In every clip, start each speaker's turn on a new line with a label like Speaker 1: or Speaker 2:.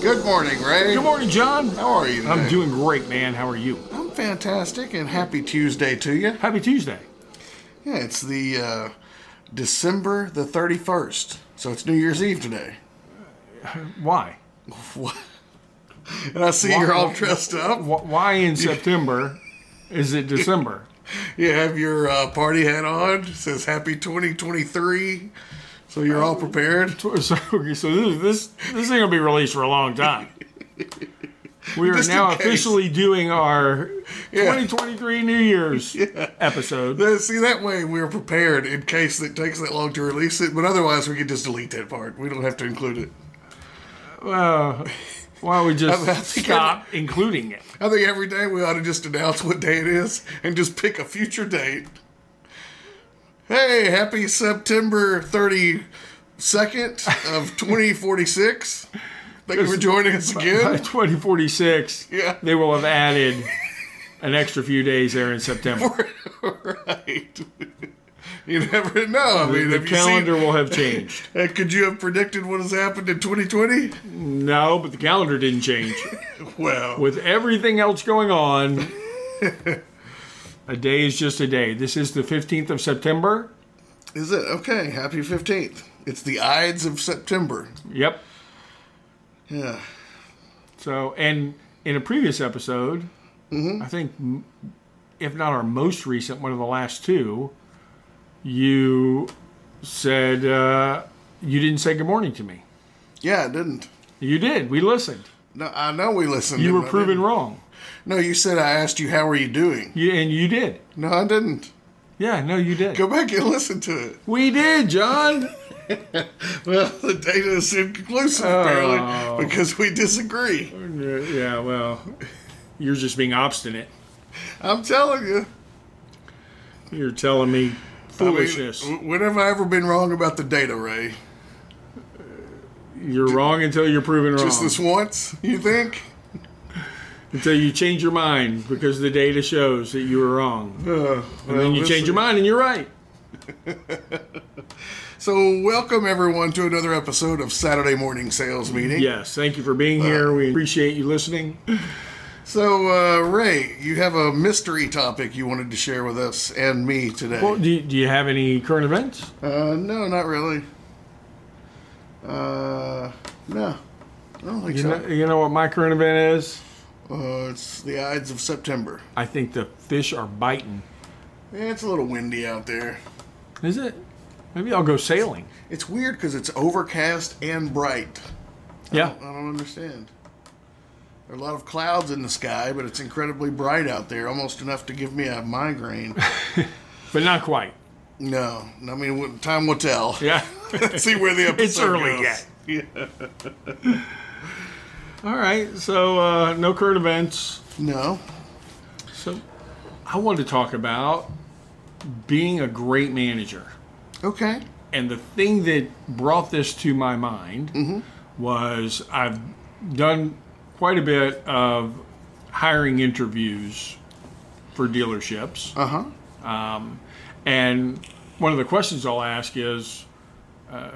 Speaker 1: Good morning, Ray.
Speaker 2: Good morning, John.
Speaker 1: How are you?
Speaker 2: I'm
Speaker 1: today?
Speaker 2: doing great, man. How are you?
Speaker 1: I'm fantastic, and happy Tuesday to you.
Speaker 2: Happy Tuesday.
Speaker 1: Yeah, it's the uh, December the 31st, so it's New Year's Eve today.
Speaker 2: Why?
Speaker 1: And I see you're all dressed up.
Speaker 2: Wh- Why in September is it December?
Speaker 1: You have your uh, party hat on. It says Happy 2023. So you're all prepared.
Speaker 2: So, so this this this ain't gonna be released for a long time. We are
Speaker 1: Just in
Speaker 2: now
Speaker 1: case.
Speaker 2: officially doing our
Speaker 1: Yeah.
Speaker 2: 2023 New Year's episode.
Speaker 1: Uh, See, that way we're prepared in case it takes that long to release it. But otherwise, we can just delete that part. We don't have to include it.
Speaker 2: Uh, why don't we just
Speaker 1: I think I-
Speaker 2: stop including it?
Speaker 1: I think every day we ought to just announce what day it is and just pick a future date. Hey, happy September 32nd of 2046. Thank you for joining us
Speaker 2: By
Speaker 1: again.
Speaker 2: 2046,
Speaker 1: Yeah.
Speaker 2: they will have added an extra few days there in September.
Speaker 1: right. You never know. I mean,
Speaker 2: The
Speaker 1: have you
Speaker 2: calendar will have changed.
Speaker 1: seen, uh, could you have predicted what has happened in 2020?
Speaker 2: No, but the calendar didn't change.
Speaker 1: Well,
Speaker 2: With everything else going on, a day is just a day. This is the 15th of September.
Speaker 1: is it? Okay, happy 15th. It's the Ides of September.
Speaker 2: Yep.
Speaker 1: Yeah.
Speaker 2: So, and in a previous episode, I think, m- if not our most recent, one of the last two, you said uh, you didn't say good morning to me.
Speaker 1: Yeah, it didn't.
Speaker 2: You did. We listened.
Speaker 1: No, I know we listened.
Speaker 2: You
Speaker 1: but
Speaker 2: were
Speaker 1: I didn't.
Speaker 2: proven wrong.
Speaker 1: No, you said I asked you how are you doing.
Speaker 2: You, and you did.
Speaker 1: No, I didn't.
Speaker 2: Yeah, no, you did.
Speaker 1: Go back and listen to it.
Speaker 2: We did, John.
Speaker 1: Well, the data is inconclusive apparently because we disagree.
Speaker 2: Yeah, well, you're just being obstinate.
Speaker 1: I'm telling you.
Speaker 2: You're telling
Speaker 1: I
Speaker 2: me
Speaker 1: mean,
Speaker 2: foolishness.
Speaker 1: w- when have I ever been wrong about the data, Ray?
Speaker 2: you're wrong until you're proven wrong.
Speaker 1: Just this once, you think?
Speaker 2: until you change your mind because the data shows that you were wrong.
Speaker 1: Uh,
Speaker 2: And then you change your mind and you're right.
Speaker 1: So, welcome everyone to another episode of Saturday Morning Sales Meeting.
Speaker 2: Yes, thank you for being here. We appreciate you listening.
Speaker 1: So, uh, Ray, you have a mystery topic you wanted to share with us and me today.
Speaker 2: Well, do, you- do you have any current events?
Speaker 1: Uh, no, not really. Uh, no. I don't think
Speaker 2: You
Speaker 1: so.
Speaker 2: know, you know what my current event is?
Speaker 1: Uh, it's the Ides of September.
Speaker 2: I think the fish are biting.
Speaker 1: Yeah, it's a little windy out there.
Speaker 2: Is it? Maybe I'll go sailing.
Speaker 1: It's weird because it's overcast and bright.
Speaker 2: Yeah.
Speaker 1: I don't understand. There are a lot of clouds in the sky, but it's incredibly bright out there, almost enough to give me a migraine.
Speaker 2: But not quite.
Speaker 1: no, I mean, w- time will tell.
Speaker 2: Yeah.
Speaker 1: Let's see where the episode
Speaker 2: It's early
Speaker 1: goes.
Speaker 2: yet.
Speaker 1: Yeah.
Speaker 2: All right. So, uh, no current events.
Speaker 1: No.
Speaker 2: So, I want to talk about being a great manager.
Speaker 1: Okay.
Speaker 2: And the thing that brought this to my mind was I've done quite a bit of hiring interviews for dealerships. Um,
Speaker 1: Uh huh.
Speaker 2: And one of the questions I'll ask is uh,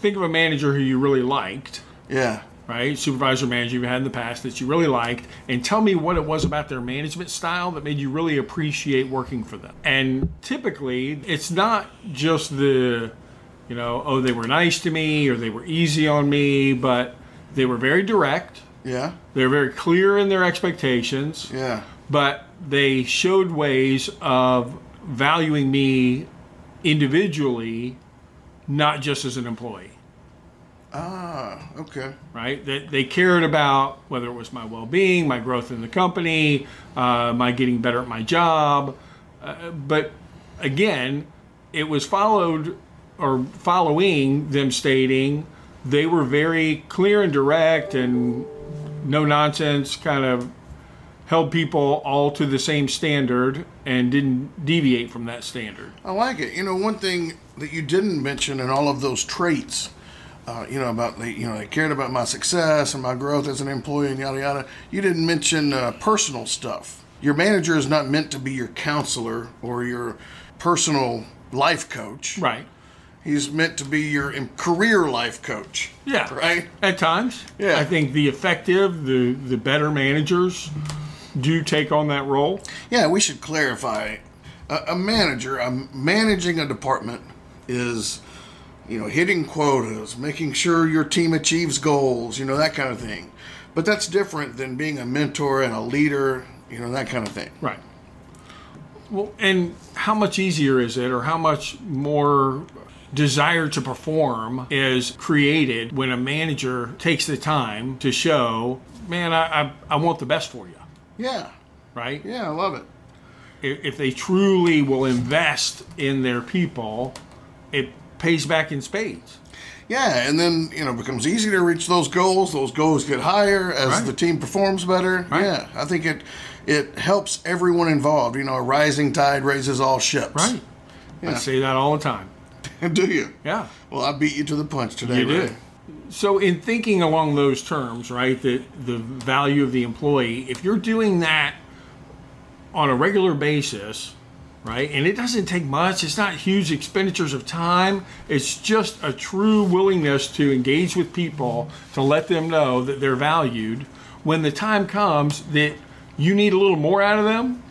Speaker 2: think of a manager who you really liked,
Speaker 1: Yeah.
Speaker 2: right? Supervisor manager you've had in the past that you really liked, and tell me what it was about their management style that made you really appreciate working for them. And typically, it's not just the, you know, oh, they were nice to me or they were easy on me, but they were very direct.
Speaker 1: Yeah.
Speaker 2: they were very clear in their expectations,
Speaker 1: Yeah.
Speaker 2: but they showed ways of valuing me individually, not just as an employee
Speaker 1: Ah, okay.
Speaker 2: right? That they cared about whether it was my well being, my growth in the company, uh, my getting better at my job. Uh, but again, it was followed or following them stating they were very clear and direct and no nonsense, kind of held people all to the same standard and didn't deviate from that standard.
Speaker 1: I like it. You know, one thing that you didn't mention in all of those traits, uh, you know, about the, you know, they cared about my success and my growth as an employee and yada yada. You didn't mention uh, personal stuff. Your manager is not meant to be your counselor or your personal life coach.
Speaker 2: Right.
Speaker 1: He's meant to be your em- career life coach.
Speaker 2: Yeah.
Speaker 1: Right?
Speaker 2: At times.
Speaker 1: Yeah.
Speaker 2: I think the effective, the the better managers do take on that role.
Speaker 1: Yeah, we should clarify. A, a manager, a managing a department is, you know, hitting quotas, making sure your team achieves goals, you know, that kind of thing. But that's different than being a mentor and a leader, you know, that kind of thing.
Speaker 2: Right. Well, and how much easier is it, or how much more desire to perform is created when a manager takes the time to show, man, I, I, I want the best for you,
Speaker 1: Yeah,
Speaker 2: right?
Speaker 1: yeah, I love it.
Speaker 2: If, if they truly will invest in their people, it pays back in spades.
Speaker 1: Yeah, and then you know it becomes easy to reach those goals. Those goals get higher as
Speaker 2: Right.
Speaker 1: the team performs better. Yeah, I think it it helps everyone involved. You know, a rising tide raises all ships.
Speaker 2: Right. I say that all the time.
Speaker 1: Do you?
Speaker 2: Yeah.
Speaker 1: Well, I beat you to the punch today.
Speaker 2: You
Speaker 1: Ray.
Speaker 2: did. So, in thinking along those terms, right, the, the value of the employee, if you're doing that on a regular basis, right, and it doesn't take much, it's not huge expenditures of time, it's just a true willingness to engage with people to let them know that they're valued. When the time comes that you need a little more out of them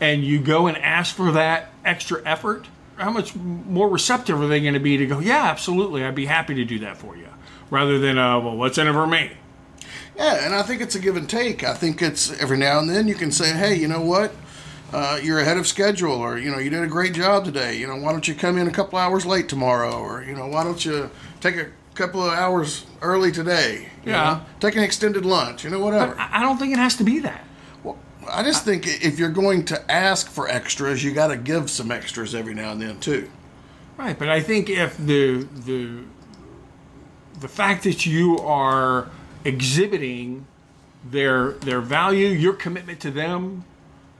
Speaker 2: and you go and ask for that extra effort, how much more receptive are they going to be to go, yeah, absolutely, I'd be happy to do that for you, rather than, uh, well, what's in it for me?
Speaker 1: Yeah, and I think it's a give and take. I think it's every now and then you can say, hey, you know what? Uh, you're ahead of schedule, or you know you did a great job today. You know why don't you come in a couple hours late tomorrow, or you know why don't you take a couple of hours early today? You
Speaker 2: Yeah.
Speaker 1: know? take an extended lunch. You know whatever.
Speaker 2: I I don't think it has to be that.
Speaker 1: Well, I just think if you're going to ask for extras, you got to give some extras every now and then too.
Speaker 2: Right, but I think if the the the fact that you are exhibiting their their value, your commitment to them,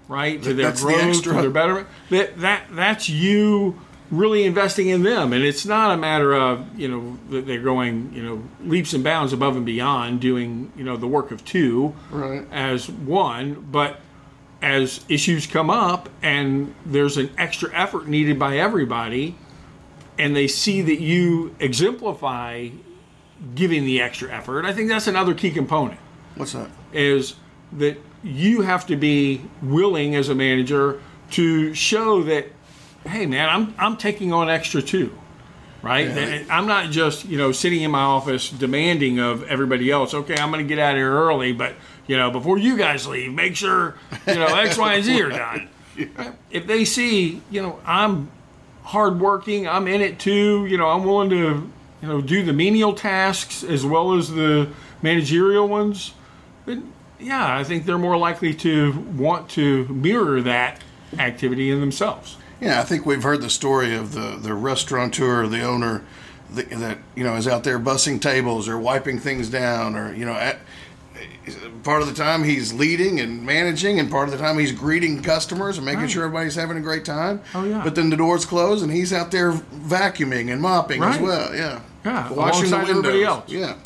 Speaker 2: right, to their
Speaker 1: That's the
Speaker 2: growth,
Speaker 1: extra.
Speaker 2: to their betterment, that that that's you really investing in them, and it's not a matter of you know that they're going you know leaps and bounds above and beyond doing you know the work of two
Speaker 1: Right.
Speaker 2: as one, but as issues come up and there's an extra effort needed by everybody and they see that you exemplify giving the extra effort i think that's another key component
Speaker 1: What's that?
Speaker 2: is that you have to be willing as a manager to show that hey man i'm, I'm taking on extra too right That i'm not just you know sitting in my office demanding of everybody else okay i'm going to get out of here early but you know before you guys leave make sure you know x y and z are done if they see you know i'm hardworking. I'm in it too. You know, I'm willing to, you know, do the menial tasks as well as the managerial ones. Then, yeah, I think they're more likely to want to mirror that activity in themselves.
Speaker 1: Yeah, I think we've heard the story of the the restaurateur, the owner, that, that you know is out there bussing tables or wiping things down, or you know, at, part of the time he's leading and managing, and part of the time he's greeting customers and making sure everybody's having a great time.
Speaker 2: Oh, yeah.
Speaker 1: But then the doors close, and he's out there vacuuming and mopping as
Speaker 2: Right.
Speaker 1: well. Yeah.
Speaker 2: Yeah,
Speaker 1: Washing the
Speaker 2: alongside everybody
Speaker 1: windows.
Speaker 2: else.
Speaker 1: Yeah.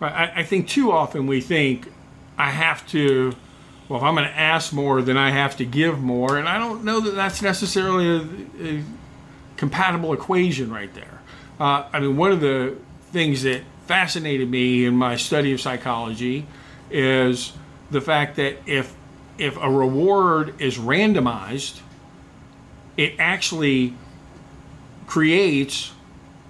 Speaker 2: Right. I, I think too often we think I have to. Well, if I'm going to ask more, then I have to give more, and I don't know that that's necessarily a, a compatible equation right there. Uh, I mean, one of the things that fascinated me in my study of psychology is the fact that if if a reward is randomized, it actually creates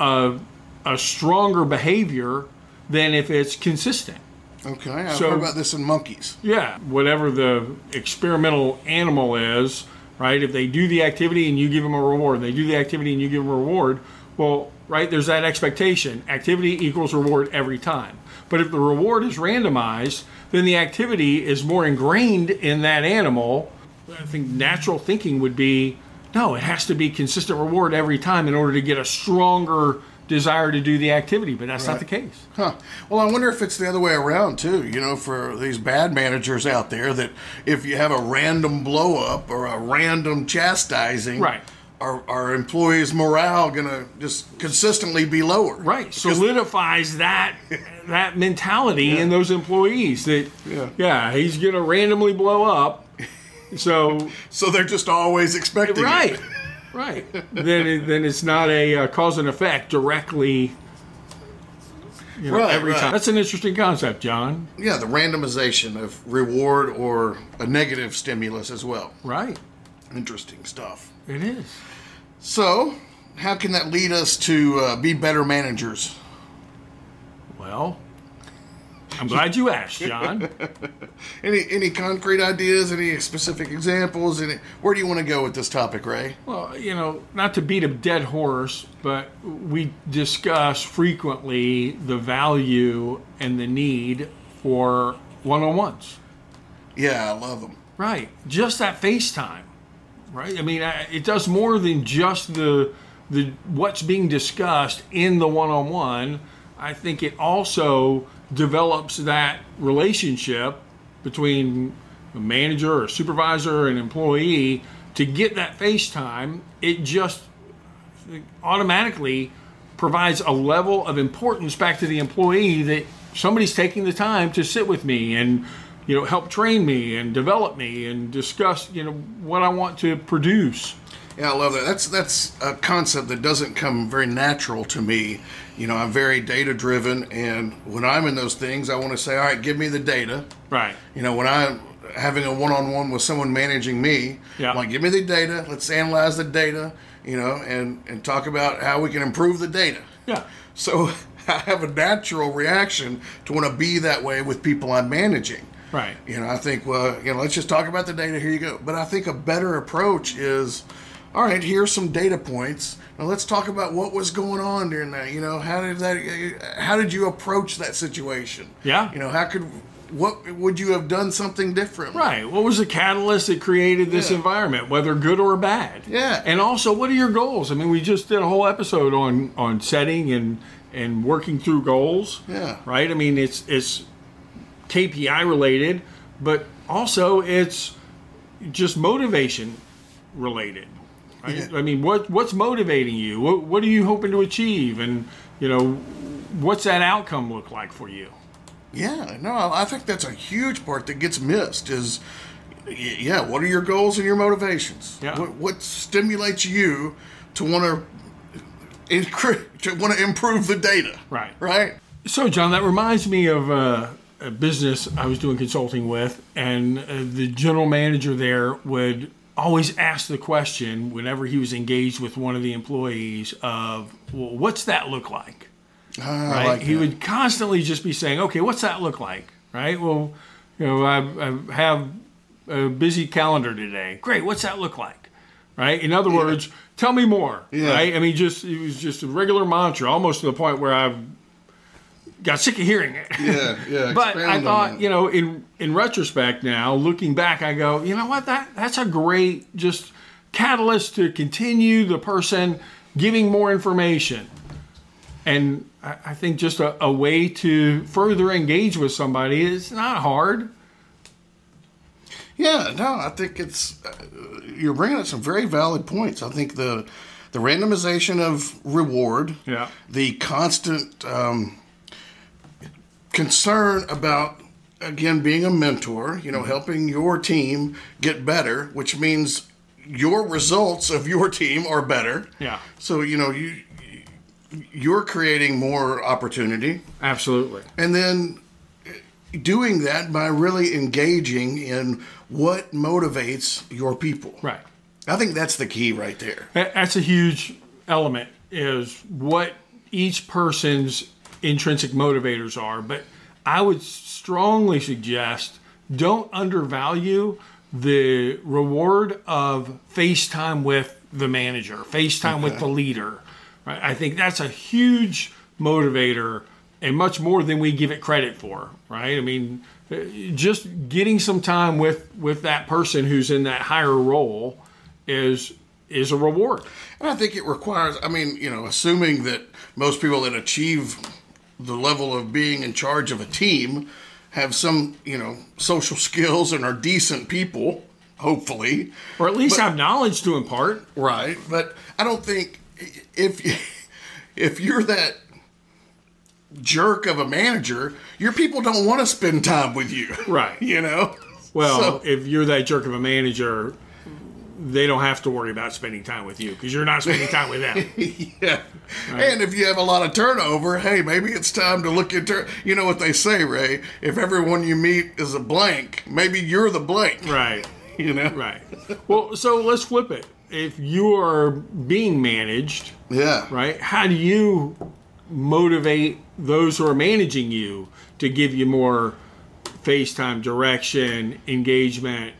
Speaker 2: a, a stronger behavior than if it's consistent.
Speaker 1: Okay. I've
Speaker 2: So-
Speaker 1: heard about this in monkeys.
Speaker 2: Yeah, whatever the experimental animal is, right? If they do the activity and you give them a reward, they do the activity and you give them a reward, well, right, there's that expectation. Activity equals reward every time. But if the reward is randomized, then the activity is more ingrained in that animal. I think natural thinking would be no, it has to be consistent reward every time in order to get a stronger desire to do the activity, but that's not the case.
Speaker 1: Huh. Well, I wonder if it's the other way around too. You know, for these bad managers out there, that if you have a random blow up or a random chastising,
Speaker 2: Right.
Speaker 1: Our, our employees' morale gonna just consistently be lower.
Speaker 2: right solidifies that that mentality in those employees that
Speaker 1: Yeah.
Speaker 2: he's gonna randomly blow up so
Speaker 1: So they're just always expecting. it.
Speaker 2: right right. then it, then it's not a uh, cause and effect directly. You know,
Speaker 1: Right,
Speaker 2: every
Speaker 1: right.
Speaker 2: time. That's an interesting concept, John.
Speaker 1: Yeah, the randomization of reward or a negative stimulus as well.
Speaker 2: Right.
Speaker 1: Interesting stuff.
Speaker 2: It is.
Speaker 1: So, how can that lead us to uh, be better managers?
Speaker 2: Well, I'm glad you asked, John.
Speaker 1: Any any concrete ideas? Any specific examples? Any, where do you want to go with this topic, Ray?
Speaker 2: Well, you know, not to beat a dead horse, but we discuss frequently the value and the need for one on ones.
Speaker 1: Yeah, I love them.
Speaker 2: Right. Just that FaceTime. Right. I mean, I, it does more than just the the what's being discussed in the one on one. I think it also develops that relationship between a manager or supervisor and employee to get that FaceTime. It just automatically provides a level of importance back to the employee that somebody's taking the time to sit with me and you know help train me and develop me and discuss you know what I want to produce.
Speaker 1: Yeah, I love that. That's that's a concept that doesn't come very natural to me. You know, I'm very data driven, and when I'm in those things, I want to say, all right, give me the data.
Speaker 2: Right.
Speaker 1: You know, when I'm having a one on one with someone managing me,
Speaker 2: Yeah.
Speaker 1: I'm like, give me the data. Let's analyze the data. You know, and and talk about how we can improve the data.
Speaker 2: Yeah.
Speaker 1: So I have a natural reaction to want to be that way with people I'm managing.
Speaker 2: Right.
Speaker 1: You know, I think, well, you know, let's just talk about the data. Here you go. But I think a better approach is, all right, here's some data points. Now let's talk about what was going on during that. You know, how did that? How did you approach that situation?
Speaker 2: Yeah.
Speaker 1: You know, how could? What would you have done something different?
Speaker 2: Right. What was the catalyst that created this
Speaker 1: Yeah.
Speaker 2: environment, whether good or bad?
Speaker 1: Yeah.
Speaker 2: And also, what are your goals? I mean, we just did a whole episode on on setting and and working through goals.
Speaker 1: Yeah.
Speaker 2: Right. I mean, it's it's KPI related, but also it's just motivation related. Right?
Speaker 1: Yeah.
Speaker 2: I mean, what what's motivating you? What what are you hoping to achieve? And you know, what's that outcome look like for you?
Speaker 1: Yeah, no, I I think that's a huge part that gets missed is, y- yeah, what are your goals and your motivations?
Speaker 2: Yeah.
Speaker 1: What, what stimulates you to want to incre- to want to improve the data?
Speaker 2: Right.
Speaker 1: Right.
Speaker 2: So, John, that reminds me of uh, a business I was doing consulting with, and uh, the general manager there would always ask the question whenever he was engaged with one of the employees of, "Well, what's that look like?"
Speaker 1: Ah,
Speaker 2: Right?
Speaker 1: I like
Speaker 2: he
Speaker 1: that.
Speaker 2: would constantly just be saying, "Okay, what's that look like?" Right? Well, you know, I, I have a busy calendar today. Great. What's that look like? Right? In other words, tell me more.
Speaker 1: Yeah.
Speaker 2: Right? I mean, just it was just a regular mantra, almost to the point where I've got sick of hearing it.
Speaker 1: yeah, yeah.
Speaker 2: but
Speaker 1: expand
Speaker 2: I
Speaker 1: on
Speaker 2: thought,
Speaker 1: that.
Speaker 2: you know, in in retrospect now, looking back, I go, you know what? That that's a great just catalyst to continue the person giving more information. And I, I think just a, a way to further engage with somebody is not hard.
Speaker 1: Yeah, no, I think it's uh, you're bringing up some very valid points. I think the the randomization of reward,
Speaker 2: Yeah.
Speaker 1: the constant um, concern about again being a mentor, you know,
Speaker 2: Mm-hmm.
Speaker 1: helping your team get better, which means your results of your team are better.
Speaker 2: Yeah.
Speaker 1: So you know you you're creating more opportunity
Speaker 2: Absolutely.
Speaker 1: and then doing that by really engaging in what motivates your people.
Speaker 2: Right.
Speaker 1: I think that's the key right there.
Speaker 2: That- That's a huge element is what each person's intrinsic motivators are. But I would strongly suggest don't undervalue the reward of FaceTime with the manager, FaceTime with the leader. Right? I think that's a huge motivator and much more than we give it credit for, right? I mean, uh, just getting some time with with that person who's in that higher role is is a reward.
Speaker 1: And I think it requires, I mean, you know, assuming that most people that achieve the level of being in charge of a team have some, you know, social skills and are decent people, hopefully.
Speaker 2: Or at least have knowledge to impart.
Speaker 1: Right, but I don't think if if you're that jerk of a manager, your people don't want to spend time with you.
Speaker 2: Right.
Speaker 1: You know.
Speaker 2: Well,
Speaker 1: So-
Speaker 2: if you're that jerk of a manager, they don't have to worry about spending time with you because you're not spending time with them.
Speaker 1: yeah. And if you have a lot of turnover, hey, maybe it's time to look into. You know what they say, Ray? If everyone you meet is a blank, maybe you're the blank.
Speaker 2: Right.
Speaker 1: You know.
Speaker 2: Right. Well, so let's flip it. If you are being managed,
Speaker 1: Yeah.
Speaker 2: right, how do you motivate those who are managing you to give you more FaceTime direction, engagement,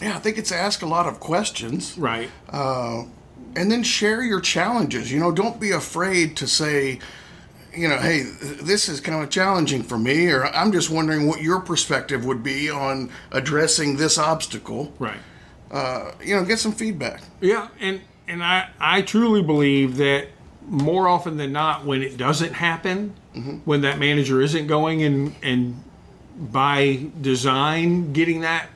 Speaker 1: Yeah. I think it's ask a lot of questions.
Speaker 2: right?
Speaker 1: Uh, and then share your challenges. You know, don't be afraid to say, you know, hey, th- this is kind of challenging for me, or I'm just wondering what your perspective would be on addressing this obstacle.
Speaker 2: Right.
Speaker 1: Uh, you know, get some feedback.
Speaker 2: Yeah, and and I I truly believe that more often than not, when it doesn't happen, when that manager isn't going and and by design getting that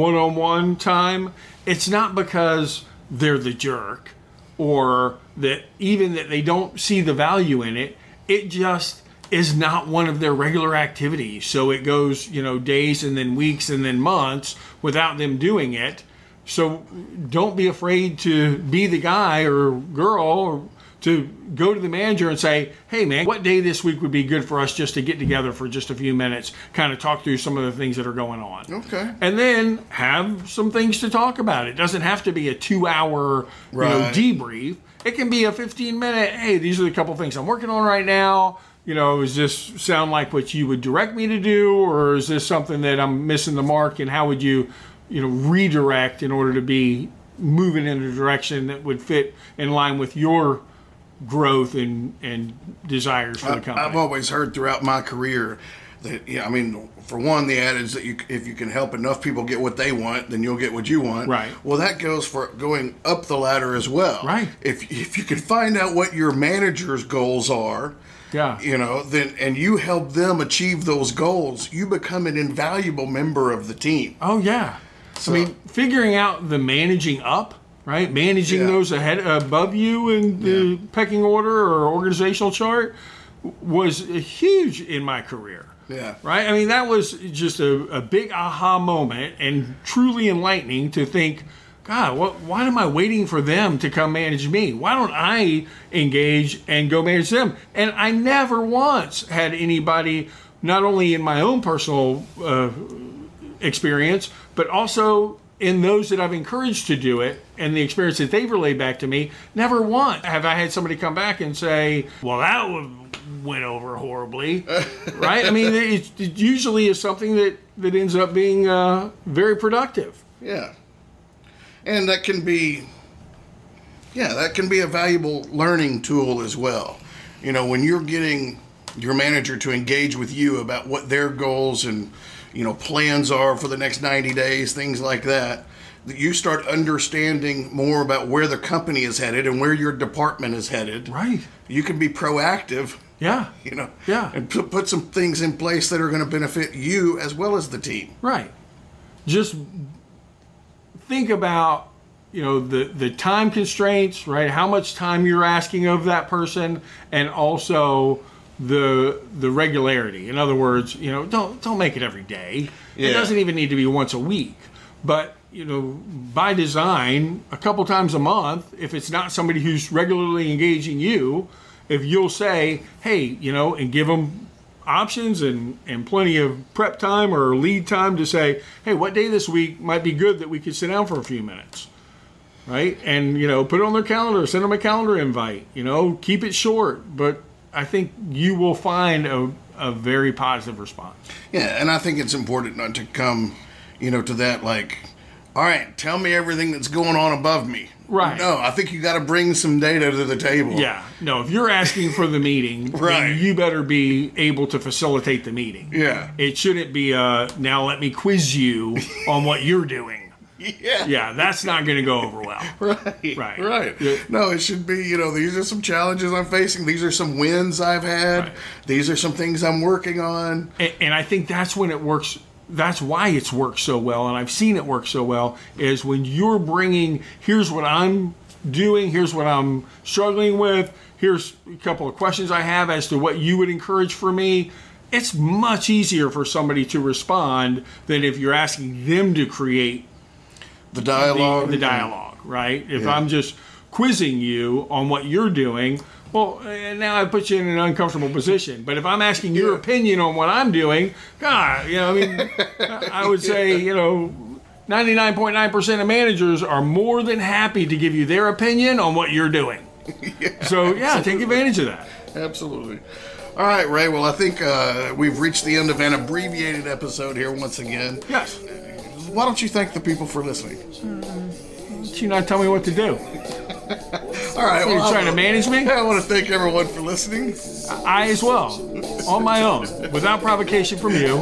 Speaker 2: one-on-one time, it's not because they're the jerk or that even that they don't see the value in it. It just is not one of their regular activities. So it goes, you know, days and then weeks and then months without them doing it. So don't be afraid to be the guy or girl or to go to the manager and say, hey, man, what day this week would be good for us just to get together for just a few minutes, kind of talk through some of the things that are going on.
Speaker 1: Okay.
Speaker 2: And then have some things to talk about. It doesn't have to be a two hour
Speaker 1: Right.
Speaker 2: you know, debrief. It can be a 15 minute, hey, these are the couple things I'm working on right now. You know, does this sound like what you would direct me to do, or is this something that I'm missing the mark? And how would you, you know, redirect in order to be moving in a direction that would fit in line with your growth and and desires for the company?
Speaker 1: I've always heard throughout my career that yeah, I mean, for one, the adage that you if you can help enough people get what they want, then you'll get what you want.
Speaker 2: Right.
Speaker 1: Well, that goes for going up the ladder as well.
Speaker 2: Right.
Speaker 1: If if you can find out what your manager's goals are.
Speaker 2: yeah.
Speaker 1: you know then and you help them achieve those goals you become an invaluable member of the team
Speaker 2: Oh yeah. I mean, figuring out the managing up, right? Managing
Speaker 1: Yeah.
Speaker 2: those ahead above you in the pecking order or organizational chart was huge in my career.
Speaker 1: yeah
Speaker 2: Right? I mean, that was just a, a big aha moment and truly enlightening to think, God, what, why am I waiting for them to come manage me? Why don't I engage and go manage them? And I never once had anybody, not only in my own personal uh, experience, but also in those that I've encouraged to do it and the experience that they've relayed back to me, never once have I had somebody come back and say, well, that w- went over horribly, right? I mean, it, it usually is something that, that ends up being uh, very productive.
Speaker 1: yeah and that can be yeah that can be a valuable learning tool as well you know when you're getting your manager to engage with you about what their goals and you know plans are for the next 90 days things like that that you start understanding more about where the company is headed and where your department is headed
Speaker 2: Right.
Speaker 1: you can be proactive
Speaker 2: Yeah.
Speaker 1: you know
Speaker 2: Yeah.
Speaker 1: and put, put some things in place that are going to benefit you as well as the team
Speaker 2: Right. Just think about you know the the time constraints, right? How much time you're asking of that person, and also the the regularity. In other words, you know, don't don't make it every day.
Speaker 1: Yeah.
Speaker 2: It doesn't even need to be once a week, but you know, by design, a couple times a month, if it's not somebody who's regularly engaging you, if you'll say, hey, you know, and give them options and, and plenty of prep time or lead time to say, hey, what day this week might be good that we could sit down for a few minutes, right? And you know, put it on their calendar, send them a calendar invite. You know, keep it short, but I think you will find a, a very positive response.
Speaker 1: yeah and i think it's important not to come you know to that like all right tell me everything that's going on above me
Speaker 2: Right.
Speaker 1: no i think you got to bring some data to the table
Speaker 2: Yeah, no. If you're asking for the meeting, then
Speaker 1: Right.
Speaker 2: you better be able to facilitate the meeting.
Speaker 1: yeah
Speaker 2: It shouldn't be uh now let me quiz you on what you're doing.
Speaker 1: yeah
Speaker 2: Yeah, that's not going to go over well.
Speaker 1: Right,
Speaker 2: Right.
Speaker 1: right.
Speaker 2: Yeah.
Speaker 1: No, it should be. You know, these are some challenges I'm facing. These are some wins I've had.
Speaker 2: Right.
Speaker 1: These are some things I'm working on.
Speaker 2: and, and I think that's when it works. That's why it's worked so well, and I've seen it work so well. Is when you're bringing here's what I'm doing, here's what I'm struggling with, here's a couple of questions I have as to what you would encourage for me. It's much easier for somebody to respond than if you're asking them to create
Speaker 1: The dialogue.
Speaker 2: the, the dialogue, right? If
Speaker 1: Yeah.
Speaker 2: I'm just quizzing you on what you're doing, well, eh, now I put you in an uncomfortable position. But if I'm asking your
Speaker 1: Yeah.
Speaker 2: opinion on what I'm doing, God, you know, I mean, I I would say, you know, 99.9% of managers are more than happy to give you their opinion on what you're doing. so, yeah, take advantage of that.
Speaker 1: Absolutely. All right, Ray. Well, I think uh, we've reached the end of an abbreviated episode here once again.
Speaker 2: Yes.
Speaker 1: Why don't you thank the people for listening?
Speaker 2: You not tell me what to do.
Speaker 1: All right.
Speaker 2: You're
Speaker 1: well, I-
Speaker 2: trying to manage me?
Speaker 1: I want to thank everyone for listening.
Speaker 2: I as well, on my own, without provocation from you,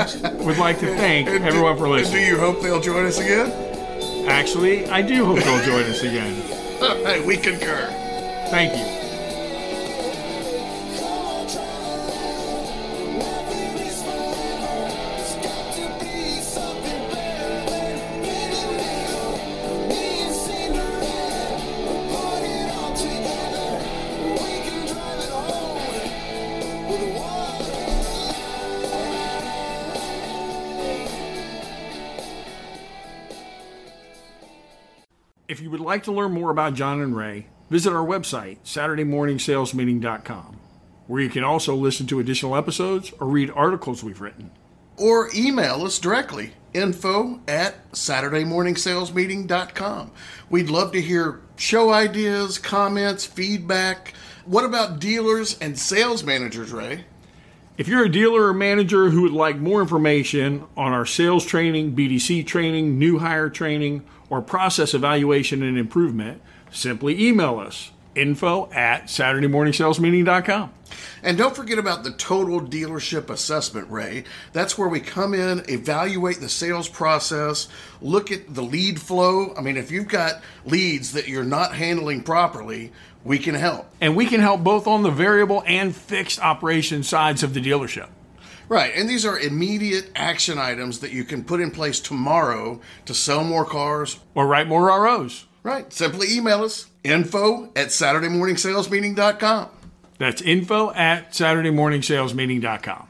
Speaker 2: would like to thank
Speaker 1: And do-
Speaker 2: everyone for
Speaker 1: and
Speaker 2: listening.
Speaker 1: Do you hope they'll join us again?
Speaker 2: Actually, I do hope you'll join us again.
Speaker 1: All right, we concur.
Speaker 2: Thank you.
Speaker 3: With one
Speaker 2: If you would like to learn more about John and Ray, visit our website, SaturdayMorningSalesMeeting.com, where you can also listen to additional episodes or read articles we've written.
Speaker 1: or email us directly info at saturdaymorningsalesmeeting.com we'd love to hear show ideas comments feedback what about dealers and sales managers ray
Speaker 2: If you're a dealer or manager who would like more information on our sales training, BDC training, new hire training, or process evaluation and improvement, simply email us info at SaturdayMorningSalesMeeting.com.
Speaker 1: and don't forget about the total dealership assessment ray that's where we come in evaluate the sales process look at the lead flow i mean if you've got leads that you're not handling properly we can help
Speaker 2: And we can help both on the variable and fixed operation sides of the dealership.
Speaker 1: Right, and these are immediate action items that you can put in place tomorrow to sell more cars.
Speaker 2: Or write more ROs.
Speaker 1: Right, simply email us info at SaturdayMorningSalesMeeting.com.
Speaker 2: That's info at SaturdayMorningSalesMeeting.com.